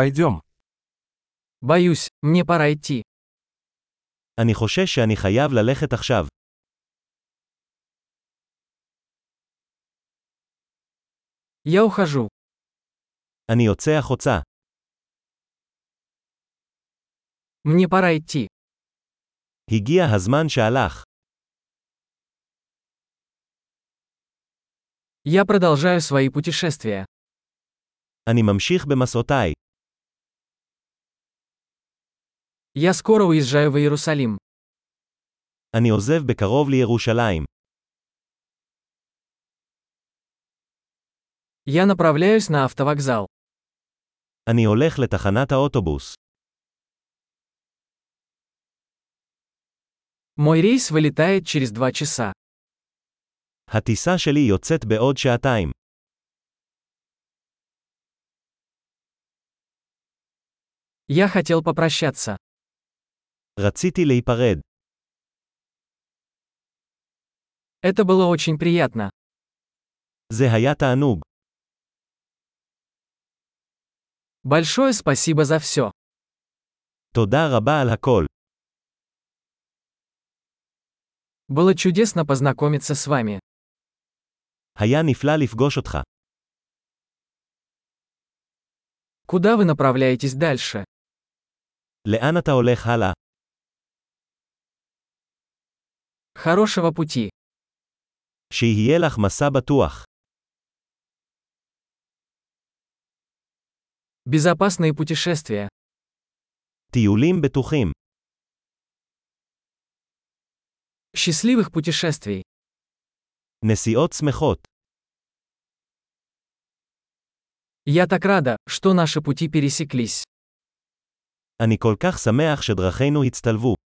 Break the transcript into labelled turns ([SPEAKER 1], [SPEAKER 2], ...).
[SPEAKER 1] Пойдем.
[SPEAKER 2] Боюсь, мне пора идти.
[SPEAKER 3] אני חושש שאני חייב ללכת עכשיו.
[SPEAKER 2] Я ухожу.
[SPEAKER 3] אני יוצא החוצה.
[SPEAKER 2] Мне пора идти.
[SPEAKER 3] הגיע הזמן שהלך.
[SPEAKER 2] Я продолжаю свои путешествия.
[SPEAKER 3] אני ממשיך במסעותיי.
[SPEAKER 2] Я скоро уезжаю в Иерусалим.
[SPEAKER 3] אני עוזב בקרוב לירושלים.
[SPEAKER 2] Я направляюсь на автовокзал.
[SPEAKER 3] אני הולך לתחנת האוטובוס.
[SPEAKER 2] Мой рейс вылетает через два часа.
[SPEAKER 3] הטיסה שלי יוצאת בעוד שעתיים.
[SPEAKER 2] Я хотел попрощаться.
[SPEAKER 3] רציתי להיפרד.
[SPEAKER 2] Это было очень приятно.
[SPEAKER 3] זה היה תענוג.
[SPEAKER 2] Большое спасибо за все.
[SPEAKER 3] תודה רבה על הכל.
[SPEAKER 2] Было чудесно познакомиться с вами.
[SPEAKER 3] היה נפלא לפגוש אותך.
[SPEAKER 2] Куда вы направляетесь дальше?
[SPEAKER 3] לאן אתה הולך הלאה?
[SPEAKER 2] Хорошего пути.
[SPEAKER 3] שיהיה לך מסע בטוח.
[SPEAKER 2] Безопасные путешествия.
[SPEAKER 3] טיולים בטוחים.
[SPEAKER 2] Счастливых путешествий.
[SPEAKER 3] נסיעות שמחות.
[SPEAKER 2] Я так рада, что наши пути пересеклись.
[SPEAKER 3] אני כל כך שמח שדרכינו הצטלבו.